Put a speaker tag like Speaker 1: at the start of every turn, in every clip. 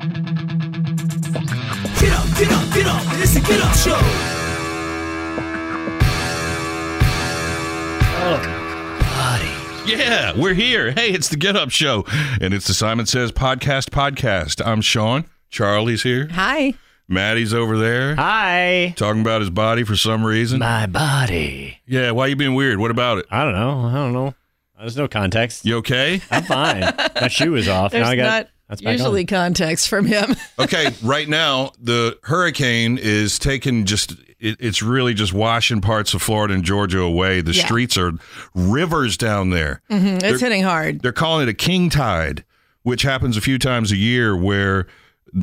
Speaker 1: Get up, get up, get up. It's a get up show.
Speaker 2: Yeah, we're here. Hey, it's the Get Up Show, and it's the Simon Says Podcast podcast. I'm Sean. Charlie's here.
Speaker 3: Hi.
Speaker 2: Maddie's over there
Speaker 3: Hi.
Speaker 2: talking about his body for some reason.
Speaker 3: My body.
Speaker 2: Yeah, why you being weird? What about it?
Speaker 3: I don't know. I don't know. There's no context.
Speaker 2: You okay?
Speaker 3: I'm fine. my shoe is off.
Speaker 4: There's
Speaker 3: now I got
Speaker 4: not
Speaker 3: that's back
Speaker 4: usually
Speaker 3: on.
Speaker 4: context from him.
Speaker 2: Okay, right now the hurricane is taking just it, it's really just washing parts of Florida and Georgia away. The
Speaker 4: Yeah.
Speaker 2: streets are rivers down there.
Speaker 4: it's hitting hard.
Speaker 2: they're calling it a king tide, which happens a few times a year where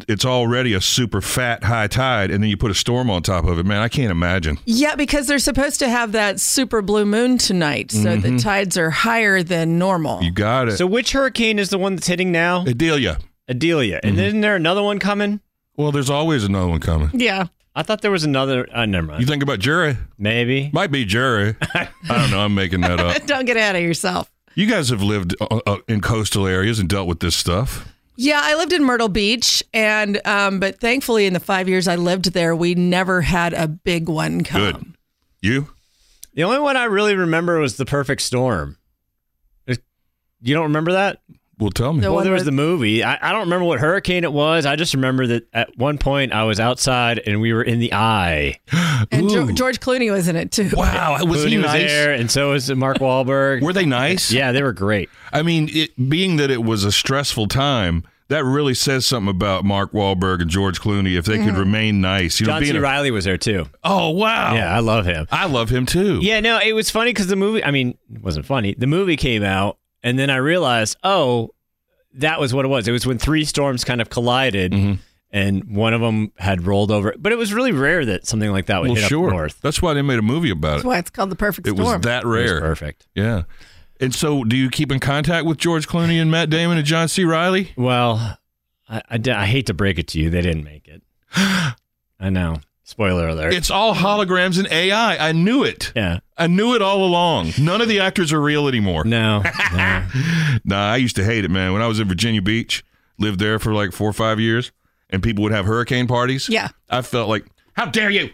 Speaker 2: it's already a super fat high tide and then you put a storm on top of it. Man, I can't imagine.
Speaker 4: Yeah, because they're supposed to have that super blue moon tonight, so the tides are higher than normal.
Speaker 2: Mm-hmm. You got it.
Speaker 3: So which hurricane is the one that's hitting now?
Speaker 2: Adelia.
Speaker 3: Adelia. And
Speaker 2: Mm-hmm.
Speaker 3: isn't there another one coming?
Speaker 2: Well, there's always another one coming.
Speaker 4: yeah.
Speaker 3: I thought there was another. Uh, never mind.
Speaker 2: You think about Jerry?
Speaker 3: Maybe.
Speaker 2: Might be Jerry. I don't know. I'm making that up.
Speaker 4: Don't get ahead of yourself.
Speaker 2: You guys have lived uh, uh, in coastal areas and dealt with this stuff.
Speaker 4: Yeah, I lived in Myrtle Beach, and um, but thankfully, in the five years I lived there, we never had a big one come.
Speaker 2: Good. You?
Speaker 3: The only one I really remember was the perfect storm. There's- You don't remember that?
Speaker 2: Well, tell me.
Speaker 4: The
Speaker 3: well,
Speaker 4: one
Speaker 3: there was
Speaker 4: with-
Speaker 3: the movie. I, I don't remember what hurricane it was. I just remember that at one point I was outside and we were in the eye.
Speaker 4: And
Speaker 2: Ooh.
Speaker 4: Geor George Clooney was in it too.
Speaker 2: Wow. Was
Speaker 3: Clooney
Speaker 2: he
Speaker 3: was
Speaker 2: nice?
Speaker 3: there, and so was Mark Wahlberg.
Speaker 2: Were they nice?
Speaker 3: Yeah, they were great.
Speaker 2: I mean, it, being that it was a stressful time, that really says something about Mark Wahlberg and George Clooney. If they
Speaker 3: Mm-hmm.
Speaker 2: could remain nice, you know,
Speaker 3: John
Speaker 2: being
Speaker 3: C.
Speaker 2: a-
Speaker 3: Riley was there too.
Speaker 2: oh wow,
Speaker 3: Yeah, I love him.
Speaker 2: I love him too.
Speaker 3: Yeah, no, it was funny because the movie. I mean, it wasn't funny. The movie came out, and then I realized, oh, that was what it was. It was when three storms kind of collided, and one of them had rolled over. But it was really rare that something like that would
Speaker 2: well,
Speaker 3: hit
Speaker 2: sure.
Speaker 3: up north.
Speaker 2: That's why they made a movie about
Speaker 4: That's
Speaker 2: it.
Speaker 4: why it's called the perfect
Speaker 2: It
Speaker 4: storm.
Speaker 2: was that
Speaker 3: It was
Speaker 2: rare.
Speaker 3: perfect.
Speaker 2: Yeah. And so, do you keep in contact with George Clooney and Matt Damon and John C. Riley?
Speaker 3: Well, I, I d- I hate to break it to you, they didn't make it. I know. Spoiler alert.
Speaker 2: It's all holograms and AI. I knew it.
Speaker 3: yeah.
Speaker 2: I knew it all along. None of the actors are real anymore.
Speaker 3: No. no.
Speaker 2: Nah, I used to hate it, man. When I was in Virginia Beach, lived there for like four or five years, and people would have hurricane parties.
Speaker 4: Yeah.
Speaker 2: I felt like, how dare you?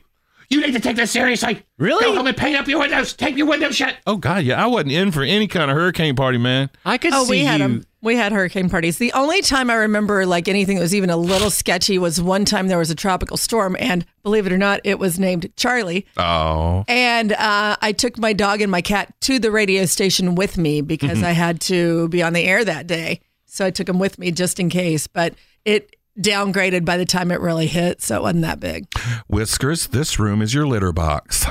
Speaker 2: You need to take this seriously.
Speaker 3: Really?
Speaker 2: Go home and paint up your windows. Tape your windows shut. Oh God, yeah, I wasn't in for any kind of hurricane party, man.
Speaker 3: I could
Speaker 4: Oh,
Speaker 3: see
Speaker 4: we had
Speaker 3: you-
Speaker 4: them. We had hurricane parties. The only time I remember like anything that was even a little sketchy was one time there was a tropical storm, and believe it or not, it was named Charlie.
Speaker 2: Oh,
Speaker 4: And uh, I took my dog and my cat to the radio station with me because
Speaker 3: Mm-hmm.
Speaker 4: I had to be on the air that day. So I took them with me just in case. But it downgraded by the time it really hit, so it wasn't that big.
Speaker 2: Whiskers, this room is your litter box.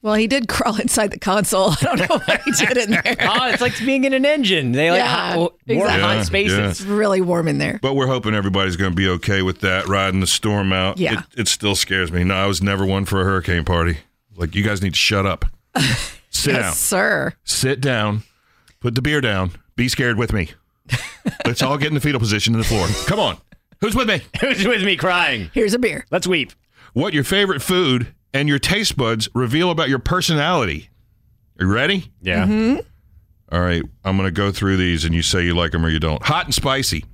Speaker 4: Well, he did crawl inside the console. I don't know what he did in there.
Speaker 3: Oh, it's like being in an engine. They like
Speaker 4: Yeah,
Speaker 3: hot, warm
Speaker 4: exactly.
Speaker 2: Yeah,
Speaker 3: hot
Speaker 2: yeah.
Speaker 3: spaces.
Speaker 4: It's really warm in there.
Speaker 2: But we're hoping everybody's going to be okay with that, riding the storm out.
Speaker 4: Yeah.
Speaker 2: It, it still scares me. No, I was never one for a hurricane party. Like, you guys need to shut up. Sit down.
Speaker 4: Yes, sir.
Speaker 2: sit down, put the beer down, be scared with me. Let's all get in the fetal position on the floor. Come on. Who's with me?
Speaker 3: Who's with me crying?
Speaker 4: Here's a beer.
Speaker 3: Let's weep.
Speaker 2: What your favorite food and your taste buds reveal about your personality. Are you ready?
Speaker 3: Yeah.
Speaker 4: Mm-hmm.
Speaker 2: All right. I'm going to go through these and you say you like them or you don't. Hot and spicy.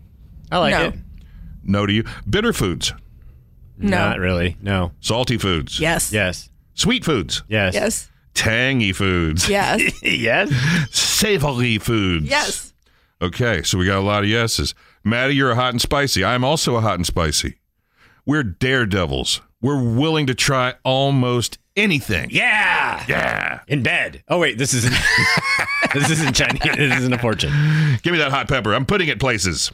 Speaker 3: I like
Speaker 4: No.
Speaker 3: it.
Speaker 2: No to you. Bitter foods.
Speaker 4: No.
Speaker 3: Not really. No.
Speaker 2: Salty foods.
Speaker 4: Yes.
Speaker 3: Yes.
Speaker 2: Sweet foods.
Speaker 3: Yes.
Speaker 4: Yes.
Speaker 2: Tangy foods.
Speaker 4: Yes.
Speaker 3: yes.
Speaker 2: Savory foods.
Speaker 4: Yes.
Speaker 2: Okay, so we got a lot of yeses. Maddie, you're a hot and spicy. I'm also a hot and spicy. We're daredevils. We're willing to try almost anything.
Speaker 3: Yeah.
Speaker 2: Yeah.
Speaker 3: In bed. Oh wait, this isn't. this isn't Chinese. This isn't a fortune.
Speaker 2: Give me that hot pepper. I'm putting it places.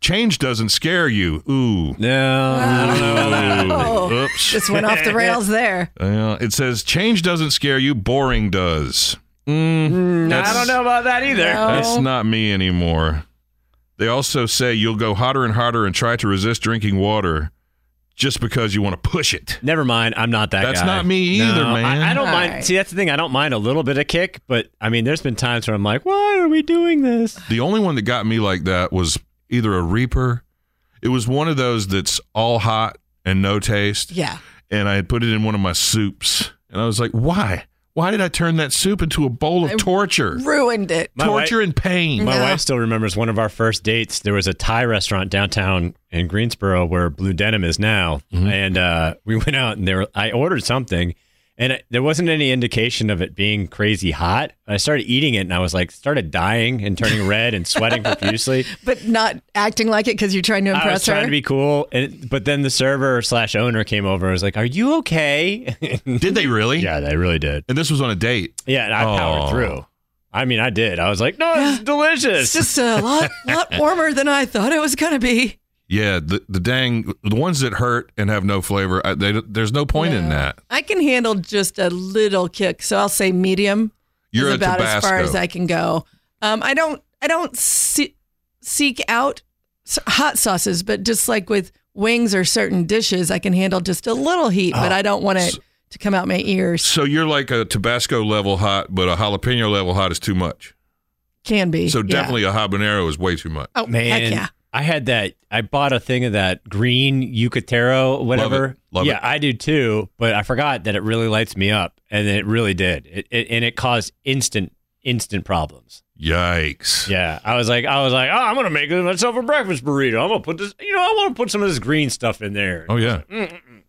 Speaker 2: Change doesn't scare you. Ooh.
Speaker 3: No. Oh.
Speaker 2: Ooh.
Speaker 4: Oh.
Speaker 2: Oops.
Speaker 4: Just went off the rails there.
Speaker 2: Uh, it says change doesn't scare you, boring does. Mm,
Speaker 3: I
Speaker 2: that's-
Speaker 3: don't know about that either.
Speaker 2: That's not me anymore. They also say you'll go hotter and hotter and try to resist drinking water just because you want to push it.
Speaker 3: Never mind. I'm not that
Speaker 2: That's
Speaker 3: guy.
Speaker 2: not me either,
Speaker 3: No,
Speaker 2: man.
Speaker 3: I, I don't
Speaker 4: All
Speaker 3: mind.
Speaker 4: right.
Speaker 3: See, that's the thing. I don't mind a little bit of kick, but I mean, there's been times where I'm like, why are we doing this?
Speaker 2: The only one that got me like that was either a Reaper. It was one of those that's all hot and no taste.
Speaker 4: Yeah.
Speaker 2: And I had put it in one of my soups. And I was like, why? Why did I turn that soup into a bowl of torture?
Speaker 4: Ruined it.
Speaker 3: My
Speaker 2: torture
Speaker 3: wife-
Speaker 2: and pain.
Speaker 3: My
Speaker 4: No.
Speaker 3: wife still remembers one of our first dates. There was a Thai restaurant downtown in Greensboro where Blue Denim is now, and uh, we went out and there I ordered something, and it, there wasn't any indication of it being crazy hot. I started eating it and I was like started dying and turning red and sweating profusely.
Speaker 4: But not acting like it because you're trying to impress
Speaker 3: I was
Speaker 4: her.
Speaker 3: trying to be cool, and but then the server slash owner came over. and was like, "Are you okay?"
Speaker 2: Did they really?
Speaker 3: yeah, they really did.
Speaker 2: And this was on a date.
Speaker 3: Yeah, and I
Speaker 2: Oh.
Speaker 3: powered through. I mean, I did. I was like, "No, it's delicious."
Speaker 4: it's just a lot, lot warmer than I thought it was going to be.
Speaker 2: Yeah, the, the dang the ones that hurt and have no flavor. I, they, there's no point in that.
Speaker 4: I can handle just a little kick, so I'll say medium.
Speaker 2: You're
Speaker 4: is
Speaker 2: a
Speaker 4: about
Speaker 2: Tabasco.
Speaker 4: as far as I can go. Um, I don't, I don't se- seek out s- hot sauces, but just like with wings or certain dishes, I can handle just a little heat,
Speaker 2: Oh,
Speaker 4: but I don't want it to come out my ears.
Speaker 2: so you're like a Tabasco level hot, but a jalapeno level hot is too much.
Speaker 4: Can be
Speaker 2: So
Speaker 4: yeah.
Speaker 2: definitely a habanero is way too much.
Speaker 4: Oh
Speaker 3: Man,
Speaker 4: heck yeah.
Speaker 3: I had that. I bought a thing of that green Yucatero, whatever.
Speaker 2: Love it.
Speaker 3: yeah, I do too. But I forgot that it really lights me up, and it really did. It, it and it caused instant instant problems.
Speaker 2: Yikes.
Speaker 3: Yeah, I was like, I was like, oh, I'm gonna make myself a breakfast burrito. I'm gonna put this, you know, I want to put some of this green stuff in there.
Speaker 2: Oh yeah.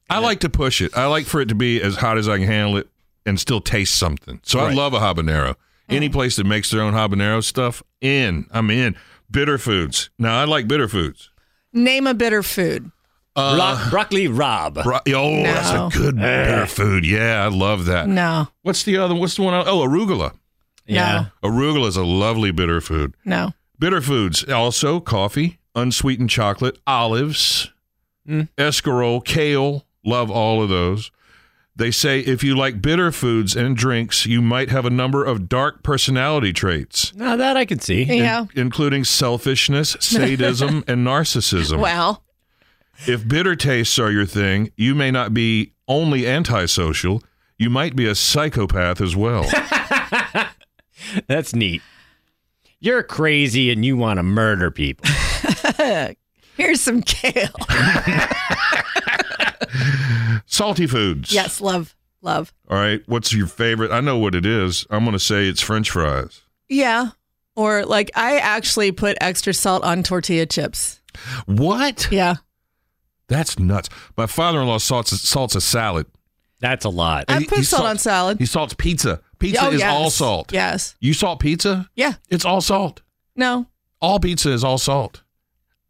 Speaker 2: I like to push it. I like for it to be as hot as I can handle it and still taste something. So I
Speaker 3: Right.
Speaker 2: love a habanero. Any place that makes their own habanero stuff, in. I'm in. Bitter foods. Now I like bitter foods.
Speaker 4: Name a bitter food.
Speaker 3: Bro- broccoli Rob.
Speaker 2: uh, Bro- oh, that's
Speaker 4: No.
Speaker 2: a good bitter food. Yeah, I love that.
Speaker 4: No,
Speaker 2: What's the other? What's the one? Oh, arugula.
Speaker 3: yeah,
Speaker 2: Arugula is a lovely bitter food.
Speaker 4: no.
Speaker 2: Bitter foods also coffee, unsweetened chocolate, olives,
Speaker 4: Mm.
Speaker 2: escarole, kale. Love all of those. They say if you like bitter foods and drinks, you might have a number of dark personality traits,
Speaker 3: now that I can see.
Speaker 4: Yeah.
Speaker 2: including selfishness, sadism, and narcissism.
Speaker 4: Well,
Speaker 2: If bitter tastes are your thing, you may not be only antisocial, you might be a psychopath as well.
Speaker 3: That's neat. You're crazy and you want to murder people.
Speaker 4: here's some kale.
Speaker 2: Salty foods.
Speaker 4: yes, love, love.
Speaker 2: All right. What's your favorite? I know what it is. I'm going to say it's french fries.
Speaker 4: Yeah. Or like I actually put extra salt on tortilla chips.
Speaker 2: What?
Speaker 4: Yeah.
Speaker 2: That's nuts. My father in law salts, salts a salad.
Speaker 3: That's a lot.
Speaker 4: I
Speaker 2: he-
Speaker 4: put
Speaker 2: he
Speaker 4: salt
Speaker 2: salts-
Speaker 4: on salad.
Speaker 2: He salts pizza. Pizza
Speaker 4: Oh,
Speaker 2: is
Speaker 4: yes.
Speaker 2: all salt.
Speaker 4: Yes.
Speaker 2: You salt pizza?
Speaker 4: Yeah.
Speaker 2: It's all salt.
Speaker 4: No.
Speaker 2: All pizza is all salt.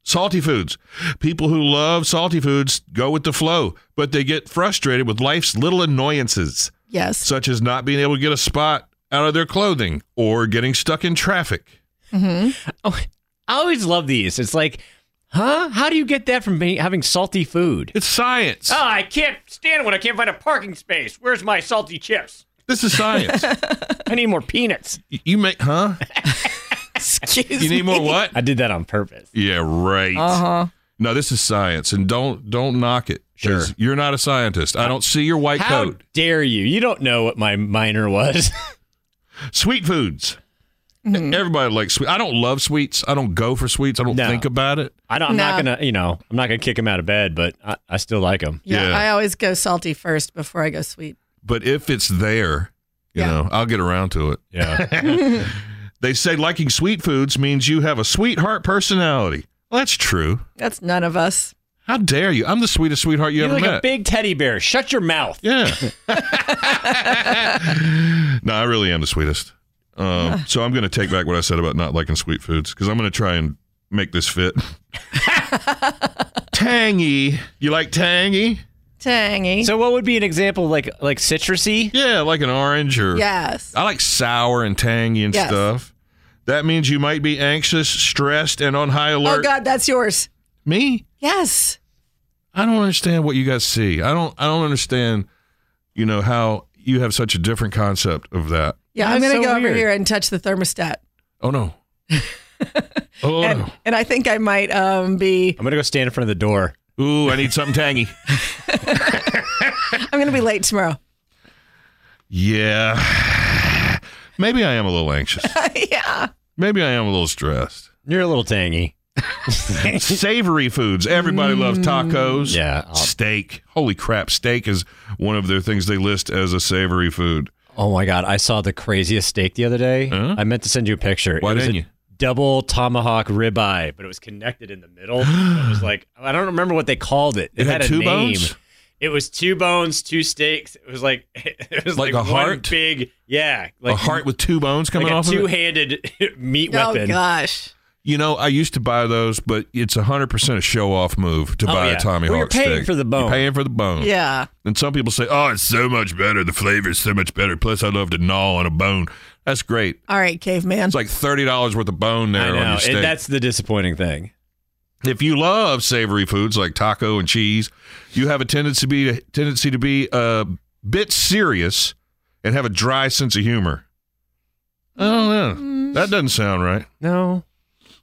Speaker 2: Salty foods. People who love salty foods go with the flow, but they get frustrated with life's little annoyances,
Speaker 4: Yes.
Speaker 2: such as not being able to get a spot out of their clothing or getting stuck in traffic.
Speaker 3: Oh, I always love these. It's like, huh? How do you get that from being, having salty food?
Speaker 2: It's science.
Speaker 4: Ah.
Speaker 3: Oh, I can't stand when I can't find a parking space. Where's my salty chips?
Speaker 2: This is science.
Speaker 3: I need more peanuts.
Speaker 2: Y- you make, huh?
Speaker 4: Excuse
Speaker 2: You need more what?
Speaker 3: I did that on purpose.
Speaker 2: Yeah, right.
Speaker 4: Uh huh.
Speaker 2: No, this is science, and don't don't knock it. 'cause
Speaker 3: Sure.
Speaker 2: you're not a scientist. I don't see your white
Speaker 3: How
Speaker 2: coat.
Speaker 3: dare you? You don't know what my minor was.
Speaker 2: Sweet foods.
Speaker 3: Mm-hmm.
Speaker 2: Everybody likes sweet. I don't love sweets. I don't go for sweets. I don't
Speaker 3: No.
Speaker 2: think about it.
Speaker 3: I don't. I'm not
Speaker 4: No.
Speaker 3: gonna. You know, I'm not gonna kick him out of bed, but I, I still like him.
Speaker 4: Yeah,
Speaker 2: Yeah.
Speaker 4: I always go salty first before I go sweet.
Speaker 2: But if it's there, you
Speaker 4: Yeah.
Speaker 2: know, I'll get around to it.
Speaker 3: Yeah.
Speaker 2: They say liking sweet foods means you have a sweetheart personality. Well, that's true.
Speaker 4: That's none of us.
Speaker 2: How dare you? I'm the sweetest sweetheart you
Speaker 3: You're
Speaker 2: ever
Speaker 3: like
Speaker 2: met.
Speaker 3: a big teddy bear. Shut your mouth.
Speaker 2: Yeah. no, I really am the sweetest.
Speaker 4: Ah.
Speaker 2: Um, so I'm going to take back what I said about not liking sweet foods because I'm going to try and make this fit. tangy. You like tangy?
Speaker 4: tangy.
Speaker 3: So what would be an example like like citrusy?
Speaker 2: Yeah, like an orange or
Speaker 4: yes.
Speaker 2: I like sour and tangy and
Speaker 4: Yes.
Speaker 2: stuff. That means you might be anxious, stressed, and on high alert.
Speaker 4: Oh God, that's yours.
Speaker 2: Me?
Speaker 4: Yes.
Speaker 2: I don't understand what you guys see. I don't I don't understand, you know, how you have such a different concept of that.
Speaker 4: Yeah, I'm
Speaker 3: That's
Speaker 4: gonna
Speaker 3: so
Speaker 4: go
Speaker 3: weird.
Speaker 4: over here and touch the thermostat,
Speaker 2: Oh no. oh
Speaker 4: and, and I think I might um, be.
Speaker 3: I'm gonna go stand in front of the door.
Speaker 2: no. Ooh, I need something tangy.
Speaker 4: I'm gonna be late tomorrow.
Speaker 2: Yeah. Maybe I am a little anxious.
Speaker 4: yeah.
Speaker 2: Maybe I am a little stressed.
Speaker 3: You're a little tangy.
Speaker 2: Savory foods. Everybody loves tacos.
Speaker 3: Mm. Yeah. I'll-
Speaker 2: Steak. Holy crap. Steak is one of their things they list as a savory food.
Speaker 3: Oh my god, I saw the craziest steak the other day.
Speaker 2: Huh?
Speaker 3: I meant to send you a picture.
Speaker 2: Why
Speaker 3: it was
Speaker 2: didn't
Speaker 3: a
Speaker 2: you?
Speaker 3: Double tomahawk ribeye, but it was connected in the middle. it was like I don't remember what they called it.
Speaker 2: It had
Speaker 3: a
Speaker 2: two
Speaker 3: name.
Speaker 2: bones?
Speaker 3: It was two bones, two steaks. It was like it was
Speaker 2: Like
Speaker 3: like,
Speaker 2: a
Speaker 3: one
Speaker 2: heart?
Speaker 3: big, yeah, like
Speaker 2: a heart with two bones coming
Speaker 3: like a
Speaker 2: off of it.
Speaker 3: two-handed meat
Speaker 4: Oh
Speaker 3: weapon.
Speaker 4: gosh.
Speaker 2: You know, I used to buy those, but it's 100% a show off move to
Speaker 3: Oh,
Speaker 2: buy
Speaker 3: yeah.
Speaker 2: a Tommy
Speaker 3: Well, you're
Speaker 2: Hawk
Speaker 3: paying
Speaker 2: steak.
Speaker 3: for the bone.
Speaker 2: You're paying for the bone.
Speaker 4: Yeah.
Speaker 2: And some people say, oh, it's so much better. The flavor is so much better. Plus, I love to gnaw on a bone. That's great.
Speaker 4: All right, caveman.
Speaker 2: It's like $30 worth of bone there
Speaker 3: I
Speaker 2: on
Speaker 3: know.
Speaker 2: your
Speaker 3: It-
Speaker 2: steak.
Speaker 3: that's the disappointing thing.
Speaker 2: if you love savory foods like taco and cheese, you have a tendency to be tendency to be a bit serious and have a dry sense of humor. I don't know. That doesn't sound right.
Speaker 3: Mm. No.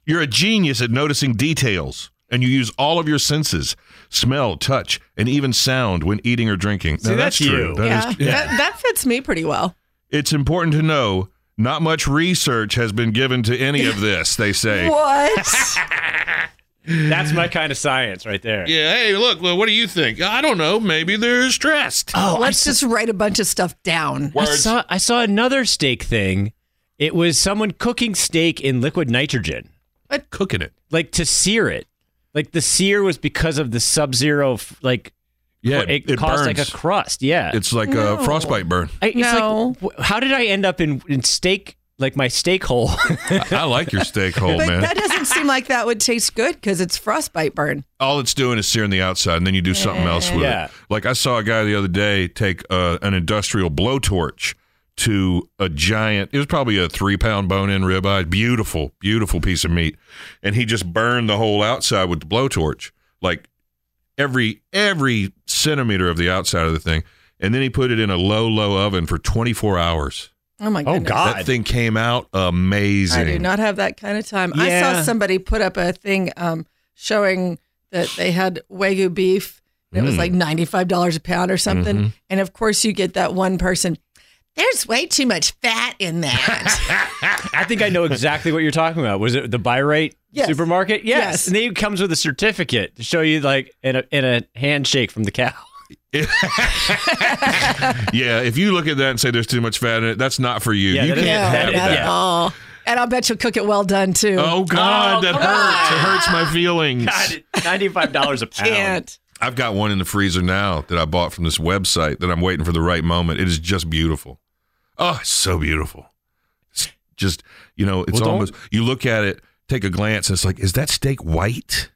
Speaker 2: You're a genius at noticing details, and you use all of your senses smell, touch, and even sound when eating or drinking.
Speaker 3: See,
Speaker 2: Now,
Speaker 3: that's
Speaker 2: true.
Speaker 3: you.
Speaker 2: That
Speaker 4: yeah.
Speaker 2: is-
Speaker 4: That, that fits me pretty well.
Speaker 2: It's important to know not much research has been given to any of this, they say.
Speaker 4: What?
Speaker 3: That's my kind of science right there.
Speaker 2: Yeah, hey, look, well, what do you think? I don't know. Maybe they're stressed.
Speaker 3: Oh, I
Speaker 4: Let's just write a bunch of stuff down.
Speaker 3: I saw I saw another steak thing. It was someone cooking steak in liquid nitrogen,
Speaker 2: cooking it.
Speaker 3: like to sear it. Like the sear was because of the sub-zero, f- like
Speaker 2: Yeah,
Speaker 3: cr- it, caused like a crust. Yeah,
Speaker 2: it's like a frostbite burn.
Speaker 3: I, it's
Speaker 4: No.
Speaker 3: like wh- how did I end up in, in steak like my steak hole?
Speaker 2: I, I like your steak hole,
Speaker 4: but
Speaker 2: man.
Speaker 4: that doesn't seem like that would taste good because it's frostbite burn.
Speaker 2: All it's doing is searing the outside, and then you do something else with
Speaker 3: Yeah.
Speaker 2: it. Like I saw a guy the other day take uh, an industrial blowtorch to a giant. It was probably a three pound bone in ribeye, beautiful, beautiful piece of meat, and he just burned the whole outside with the blowtorch, like every every centimeter of the outside of the thing. And then he put it in a low, low oven for 24 hours.
Speaker 4: Oh my
Speaker 3: oh
Speaker 4: goodness.
Speaker 2: That
Speaker 3: God!
Speaker 2: thing came out amazing.
Speaker 4: I do not have that kind of time. I saw
Speaker 3: Yeah.
Speaker 4: somebody put up a thing um, showing that they had Wagyu beef. And It was
Speaker 2: Hmm.
Speaker 4: like $95 a pound or something.
Speaker 2: Mm-hmm.
Speaker 4: And of course, you get that one person. There's way too much fat in that.
Speaker 3: I think I know exactly what you're talking about. Was it the buy rate
Speaker 4: Yes.
Speaker 3: supermarket? Yes.
Speaker 4: Yes.
Speaker 3: And then it comes with a certificate to show you like in a in a handshake from the cow.
Speaker 2: Yeah, if you look at that and say there's too much fat in it, that's not for you.
Speaker 3: Yeah,
Speaker 2: you
Speaker 3: that is-
Speaker 2: can't
Speaker 4: no,
Speaker 2: have
Speaker 4: not
Speaker 2: that.
Speaker 4: at all. And I'll bet you'll cook it well done too.
Speaker 2: Oh God, that hurts. It hurts my feelings.
Speaker 3: Ninety five dollars a pound.
Speaker 4: can't.
Speaker 2: I've got one in the freezer now that I bought from this website that I'm waiting for the right moment. It is just beautiful. Oh, it's so beautiful. It's just you know, it's
Speaker 3: Well, don't-
Speaker 2: almost you look at it, take a glance, and it's like, is that steak white?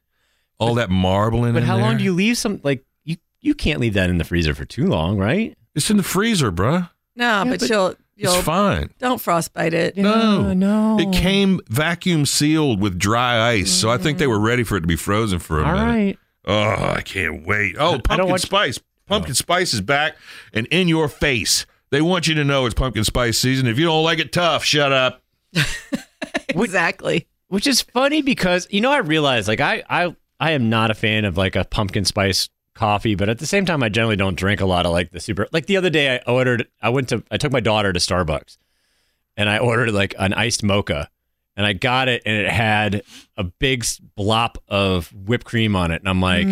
Speaker 2: All that marbling.
Speaker 3: But
Speaker 2: in
Speaker 3: how long
Speaker 2: there?
Speaker 3: do you leave some like you you can't leave that in the freezer for too long, right?
Speaker 2: It's in the freezer, bruh.
Speaker 4: No, but, you'll you'll
Speaker 2: It's fine.
Speaker 4: don't frostbite it.
Speaker 2: No,
Speaker 3: no.
Speaker 2: It came vacuum sealed with dry ice, so I think they were ready for it to be frozen for a
Speaker 3: Mm. All
Speaker 2: minute.
Speaker 3: right.
Speaker 2: Oh, I can't wait. Oh,
Speaker 3: I
Speaker 2: pumpkin
Speaker 3: don't want-
Speaker 2: spice. Pumpkin spice is back and in your face. They want you to know it's pumpkin spice season. If you don't like it, tough. Shut up.
Speaker 4: Exactly.
Speaker 3: Which is funny because you know I realize like I I I am not a fan of like a pumpkin spice coffee, but at the same time I generally don't drink a lot of like the super like the other day I ordered I went to I took my daughter to Starbucks and I ordered like an iced mocha and I got it and it had a big s- blop of whipped cream on it and I'm like,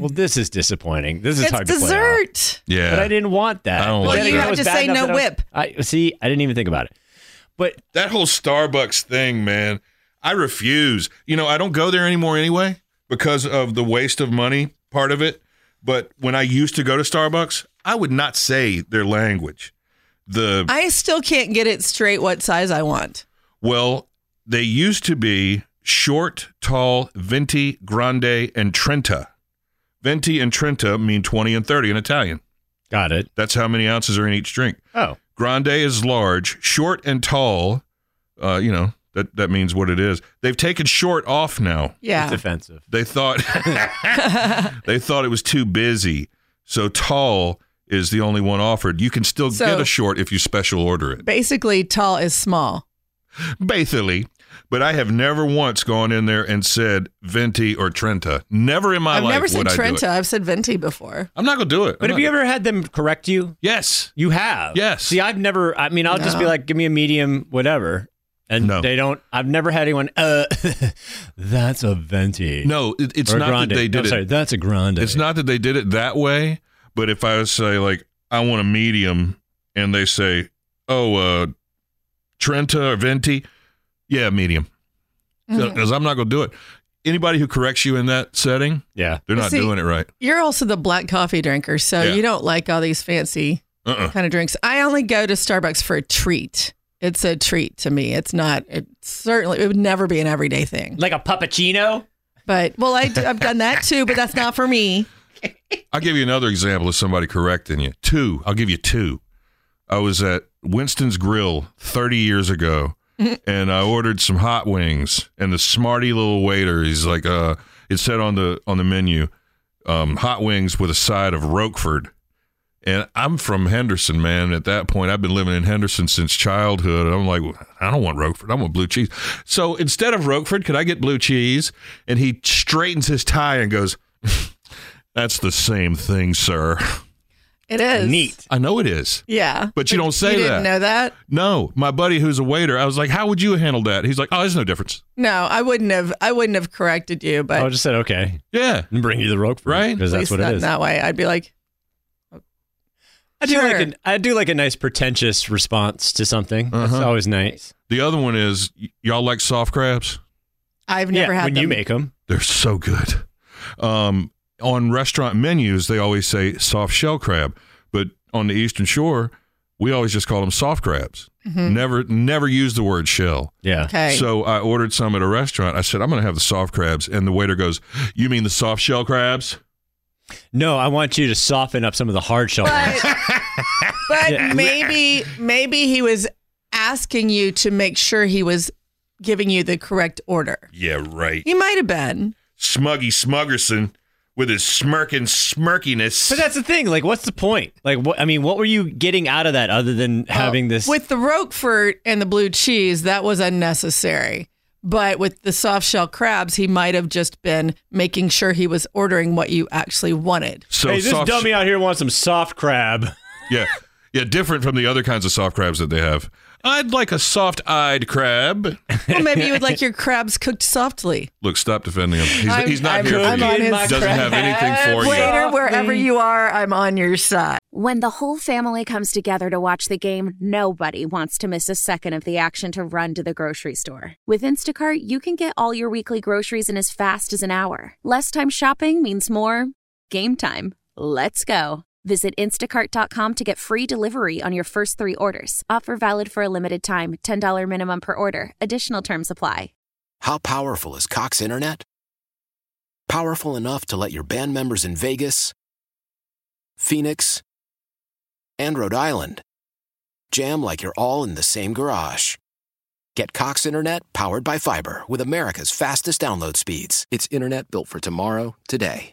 Speaker 3: well this is disappointing. This is
Speaker 4: Mm. It's
Speaker 3: hard to play out.
Speaker 4: dessert.
Speaker 2: Yeah.
Speaker 3: But I didn't want that.
Speaker 2: I don't Well, like
Speaker 3: Then
Speaker 2: you
Speaker 3: again,
Speaker 2: had
Speaker 3: it was
Speaker 4: to
Speaker 3: bad
Speaker 4: say
Speaker 3: enough
Speaker 4: no
Speaker 3: that I was-
Speaker 4: whip.
Speaker 3: I see. I didn't even think about it. But
Speaker 2: That whole Starbucks thing, man, I refuse. You know, I don't go there anymore anyway because of the waste of money part of it. But when I used to go to Starbucks, I would not say their language. The
Speaker 4: I still can't get it straight what size I want.
Speaker 2: Well, they used to be short, tall, venti, grande, and trenta. Venti and Trenta mean 20 and 30 in Italian.
Speaker 3: Got it.
Speaker 2: That's how many ounces are in each drink.
Speaker 3: Oh,
Speaker 2: Grande is large, short and tall. Uh, you know, that, that means what it is. They've taken short off now.
Speaker 3: it's
Speaker 4: Yeah.
Speaker 3: offensive.
Speaker 2: They thought they thought it was too busy. So tall is the only one offered. You can still
Speaker 4: So-
Speaker 2: get a short if you special order it.
Speaker 4: Basically, tall is small.
Speaker 2: Basically. But I have never once gone in there and said Venti or Trenta. Never in my
Speaker 4: I've
Speaker 2: life
Speaker 4: never said
Speaker 2: would I do it.
Speaker 4: Trenta. I've said Venti before.
Speaker 2: I'm not gonna do it.
Speaker 3: But have you ever had them correct you?
Speaker 2: Yes.
Speaker 3: You have.
Speaker 2: Yes.
Speaker 3: See, I've never. I mean, I'll just be
Speaker 4: No.
Speaker 3: like, give me a medium, whatever. And
Speaker 2: No.
Speaker 3: they don't. I've never had anyone. Uh, that's a venti.
Speaker 2: No, it, it's
Speaker 3: Or a
Speaker 2: not
Speaker 3: grande.
Speaker 2: that they
Speaker 3: I'm
Speaker 2: did
Speaker 3: sorry,
Speaker 2: it.
Speaker 3: that's a grande.
Speaker 2: It's not that they did it that way. But if I say like I want a medium, and they say, "Oh, uh, Trenta or Venti," yeah, medium, because
Speaker 4: Mm-hmm.
Speaker 2: I'm not gonna do it. Anybody who corrects you in that setting,
Speaker 3: Yeah.
Speaker 2: they're not
Speaker 4: See-
Speaker 2: doing it right.
Speaker 4: You're also the black coffee drinker, so
Speaker 2: Yeah.
Speaker 4: you don't like all these fancy
Speaker 2: Uh-uh.
Speaker 4: kind of drinks. I only go to Starbucks for a treat. It's a treat to me. It's not. It certainly it would never be an everyday thing.
Speaker 3: Like a puppuccino.
Speaker 4: But well, I, have done that too, but that's not for me.
Speaker 2: I'll give you another example of somebody correcting you. Two. I'll give you two. I was at Winston's Grill 30 years ago and I ordered some hot wings and the smarty little waiter he's like uh it said on the on the menu um hot wings with a side of Roquefort. And I'm from Henderson, man. At that point, I've been living in Henderson since childhood. And I'm like, I don't want Roquefort. I want blue cheese. So instead of Roquefort, could I get blue cheese? And he straightens his tie and goes, That's the same thing, sir.
Speaker 4: It is
Speaker 3: Neat.
Speaker 2: I know it is.
Speaker 4: Yeah,
Speaker 2: But you don't say
Speaker 4: you
Speaker 2: that.
Speaker 4: Didn't know that?
Speaker 2: No, my buddy who's a waiter, I was like, How would you handle that? He's like, Oh, there's no difference.
Speaker 4: No, I wouldn't have. I wouldn't have corrected you, but
Speaker 3: I just said okay
Speaker 2: Yeah.
Speaker 3: and bring you the Roquefort,
Speaker 2: Right?
Speaker 3: Because
Speaker 4: at
Speaker 3: that's
Speaker 4: least
Speaker 3: what it
Speaker 4: not in
Speaker 3: Oh, is.
Speaker 4: that way. I'd be like,
Speaker 3: I do
Speaker 4: Sure.
Speaker 3: like an, I do like a nice pretentious response to something. That's
Speaker 2: Uh-huh.
Speaker 3: always nice.
Speaker 2: The other one is, y- Y'all like soft crabs?
Speaker 4: I've never
Speaker 3: yeah,
Speaker 4: had
Speaker 3: when you
Speaker 4: them.
Speaker 3: make them.
Speaker 2: They're so good. Um, on restaurant menus, they always say soft shell crab, but on the Eastern Shore, we always just call them soft crabs. Never, never use the word shell.
Speaker 3: Yeah.
Speaker 4: okay.
Speaker 2: So I ordered some at a restaurant. I said, I'm going to have the soft crabs. And the waiter goes, You mean the soft shell crabs?
Speaker 3: No, I want you to soften up some of the hard shell. ones.
Speaker 4: but
Speaker 3: Yeah.
Speaker 4: maybe maybe he was asking you to make sure he was giving you the correct order.
Speaker 2: Yeah, right.
Speaker 4: He might have been.
Speaker 2: Smuggy Smuggerson with his smirking smirkiness.
Speaker 3: But that's the thing. Like, what's the point? Like, what I mean, what were you getting out of that other than having this?
Speaker 4: with the Roquefort and the blue cheese, that was unnecessary. But with the soft shell crabs, he might have just been making sure he was ordering what you actually wanted.
Speaker 2: so
Speaker 3: hey, this
Speaker 2: soft,
Speaker 3: dummy out here wants some soft crab.
Speaker 2: Yeah. Yeah, different from the other kinds of soft crabs that they have. I'd like a soft eyed crab.
Speaker 4: Well, maybe you would like your crabs cooked softly.
Speaker 2: Look, stop defending him. He's,
Speaker 4: I'm-
Speaker 2: he's not
Speaker 4: I'm-
Speaker 2: here
Speaker 4: I'm
Speaker 2: for
Speaker 4: on
Speaker 2: you.
Speaker 4: his
Speaker 2: Doesn't have anything for you.
Speaker 4: Waiter, wherever you are, I'm on your side.
Speaker 5: When the whole family comes together to watch the game, nobody wants to miss a second of the action to run to the grocery store. With Instacart, you can get all your weekly groceries in as fast as an hour. Less time shopping means more game time. Let's go. Visit instacart.com to get free delivery on your first three orders. Offer valid for a limited time $10 minimum per order. Additional terms apply.
Speaker 6: How powerful is Cox Internet? Powerful enough to let your band members in Vegas, Phoenix, and Rhode Island jam like you're all in the same garage. Get Cox Internet powered by fiber with America's fastest download speeds. It's internet built for tomorrow, today.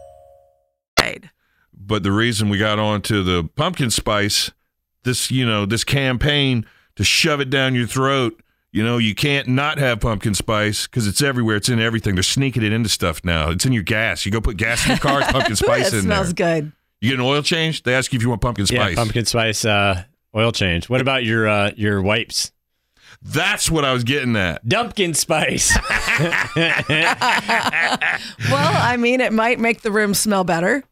Speaker 2: but the reason we got onto the pumpkin spice, this you know, this campaign to shove it down your throat. You know, you can't not have pumpkin spice because it's everywhere. It's in everything. They're sneaking it into stuff now. It's in your gas. You go put gas in your car, it's pumpkin
Speaker 4: Ooh,
Speaker 2: spice
Speaker 4: that
Speaker 2: in there.
Speaker 4: smells good.
Speaker 2: You get an oil change, they ask you if you want pumpkin
Speaker 3: Yeah,
Speaker 2: spice.
Speaker 3: pumpkin spice. Uh, Oil change. What about your uh, your wipes?
Speaker 2: That's what I was getting at.
Speaker 3: Dumpkin spice.
Speaker 4: Well, I mean, it might make the room smell better.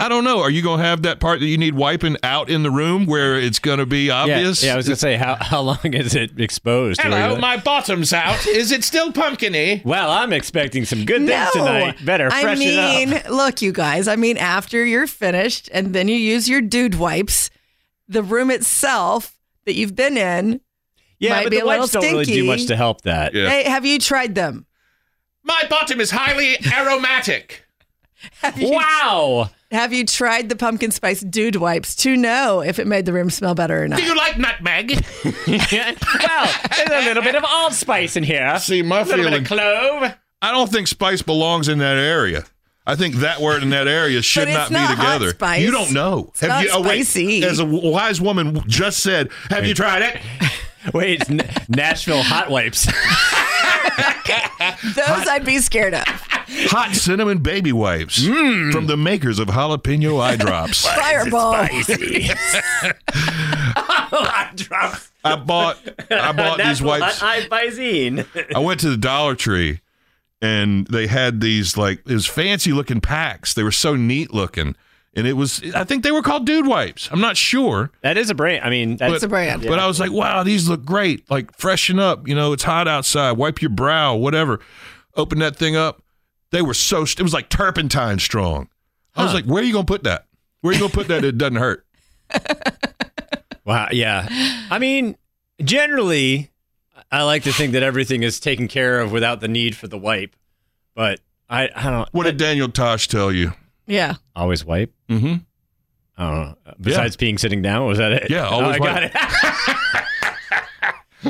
Speaker 2: I don't know. Are you going to have that part that you need wiping out in the room where it's going to be obvious?
Speaker 3: Yeah, yeah, I was gonna say how how long is it exposed? Or
Speaker 7: Hello,
Speaker 3: you-
Speaker 7: my bottom's out. Is it still pumpkiny?
Speaker 3: well, I'm expecting some good things tonight. Better
Speaker 4: I
Speaker 3: freshen
Speaker 4: mean,
Speaker 3: up.
Speaker 4: look, you guys. I mean, after you're finished and then you use your dude wipes, the room itself that you've been in.
Speaker 3: Yeah,
Speaker 4: might
Speaker 3: but
Speaker 4: be
Speaker 3: the
Speaker 4: a little
Speaker 3: wipes don't really do
Speaker 4: stinky.
Speaker 3: much to help that.
Speaker 2: Yeah.
Speaker 4: Hey, have you tried them?
Speaker 7: My bottom is highly aromatic.
Speaker 4: Have you,
Speaker 3: Wow.
Speaker 4: Have you tried the pumpkin spice dude wipes to know if it made the room smell better or not?
Speaker 7: Do you like nutmeg?
Speaker 3: well, there's a little bit of allspice in here.
Speaker 2: See, my
Speaker 3: a little bit
Speaker 2: feeling,
Speaker 3: of clove.
Speaker 2: I don't think spice belongs in that area. I think that word in that area should
Speaker 4: it's
Speaker 2: not,
Speaker 4: not
Speaker 2: be
Speaker 4: hot
Speaker 2: together.
Speaker 4: spice.
Speaker 2: You don't know.
Speaker 4: It's not
Speaker 2: you, oh, wait.
Speaker 4: spicy.
Speaker 2: as a wise woman just said, have you tried it?
Speaker 3: Wait, it's N- Nashville hot wipes.
Speaker 4: Those I'd be scared of.
Speaker 2: Hot cinnamon baby wipes from the makers of jalapeno eye drops.
Speaker 4: Fireball.
Speaker 3: hot drops.
Speaker 2: I bought I bought these
Speaker 3: Nashville
Speaker 2: wipes.
Speaker 3: Hot Ipizine.
Speaker 2: I went to the Dollar Tree and they had these like these fancy looking packs. They were so neat looking. And it was I think they were called dude wipes. I'm not sure.
Speaker 3: That is a brand. I mean, that's
Speaker 4: a brand.
Speaker 2: But I was like, wow, these look great. Like freshen up, you know, it's hot outside. Wipe your brow, whatever. Open that thing up. They were so it was like turpentine strong. I was like, where are you gonna put that? Where are you gonna put that? It doesn't hurt.
Speaker 3: Wow. Yeah. I mean, generally, I like to think that everything is taken care of without the need for the wipe. But I, I don't
Speaker 2: What did Daniel Tosh tell you?
Speaker 4: Yeah.
Speaker 3: always wipe.
Speaker 2: Mm-hmm.
Speaker 3: I don't know. Besides being sitting down, was that it?
Speaker 2: Yeah,
Speaker 3: Oh,
Speaker 2: always
Speaker 3: I got it.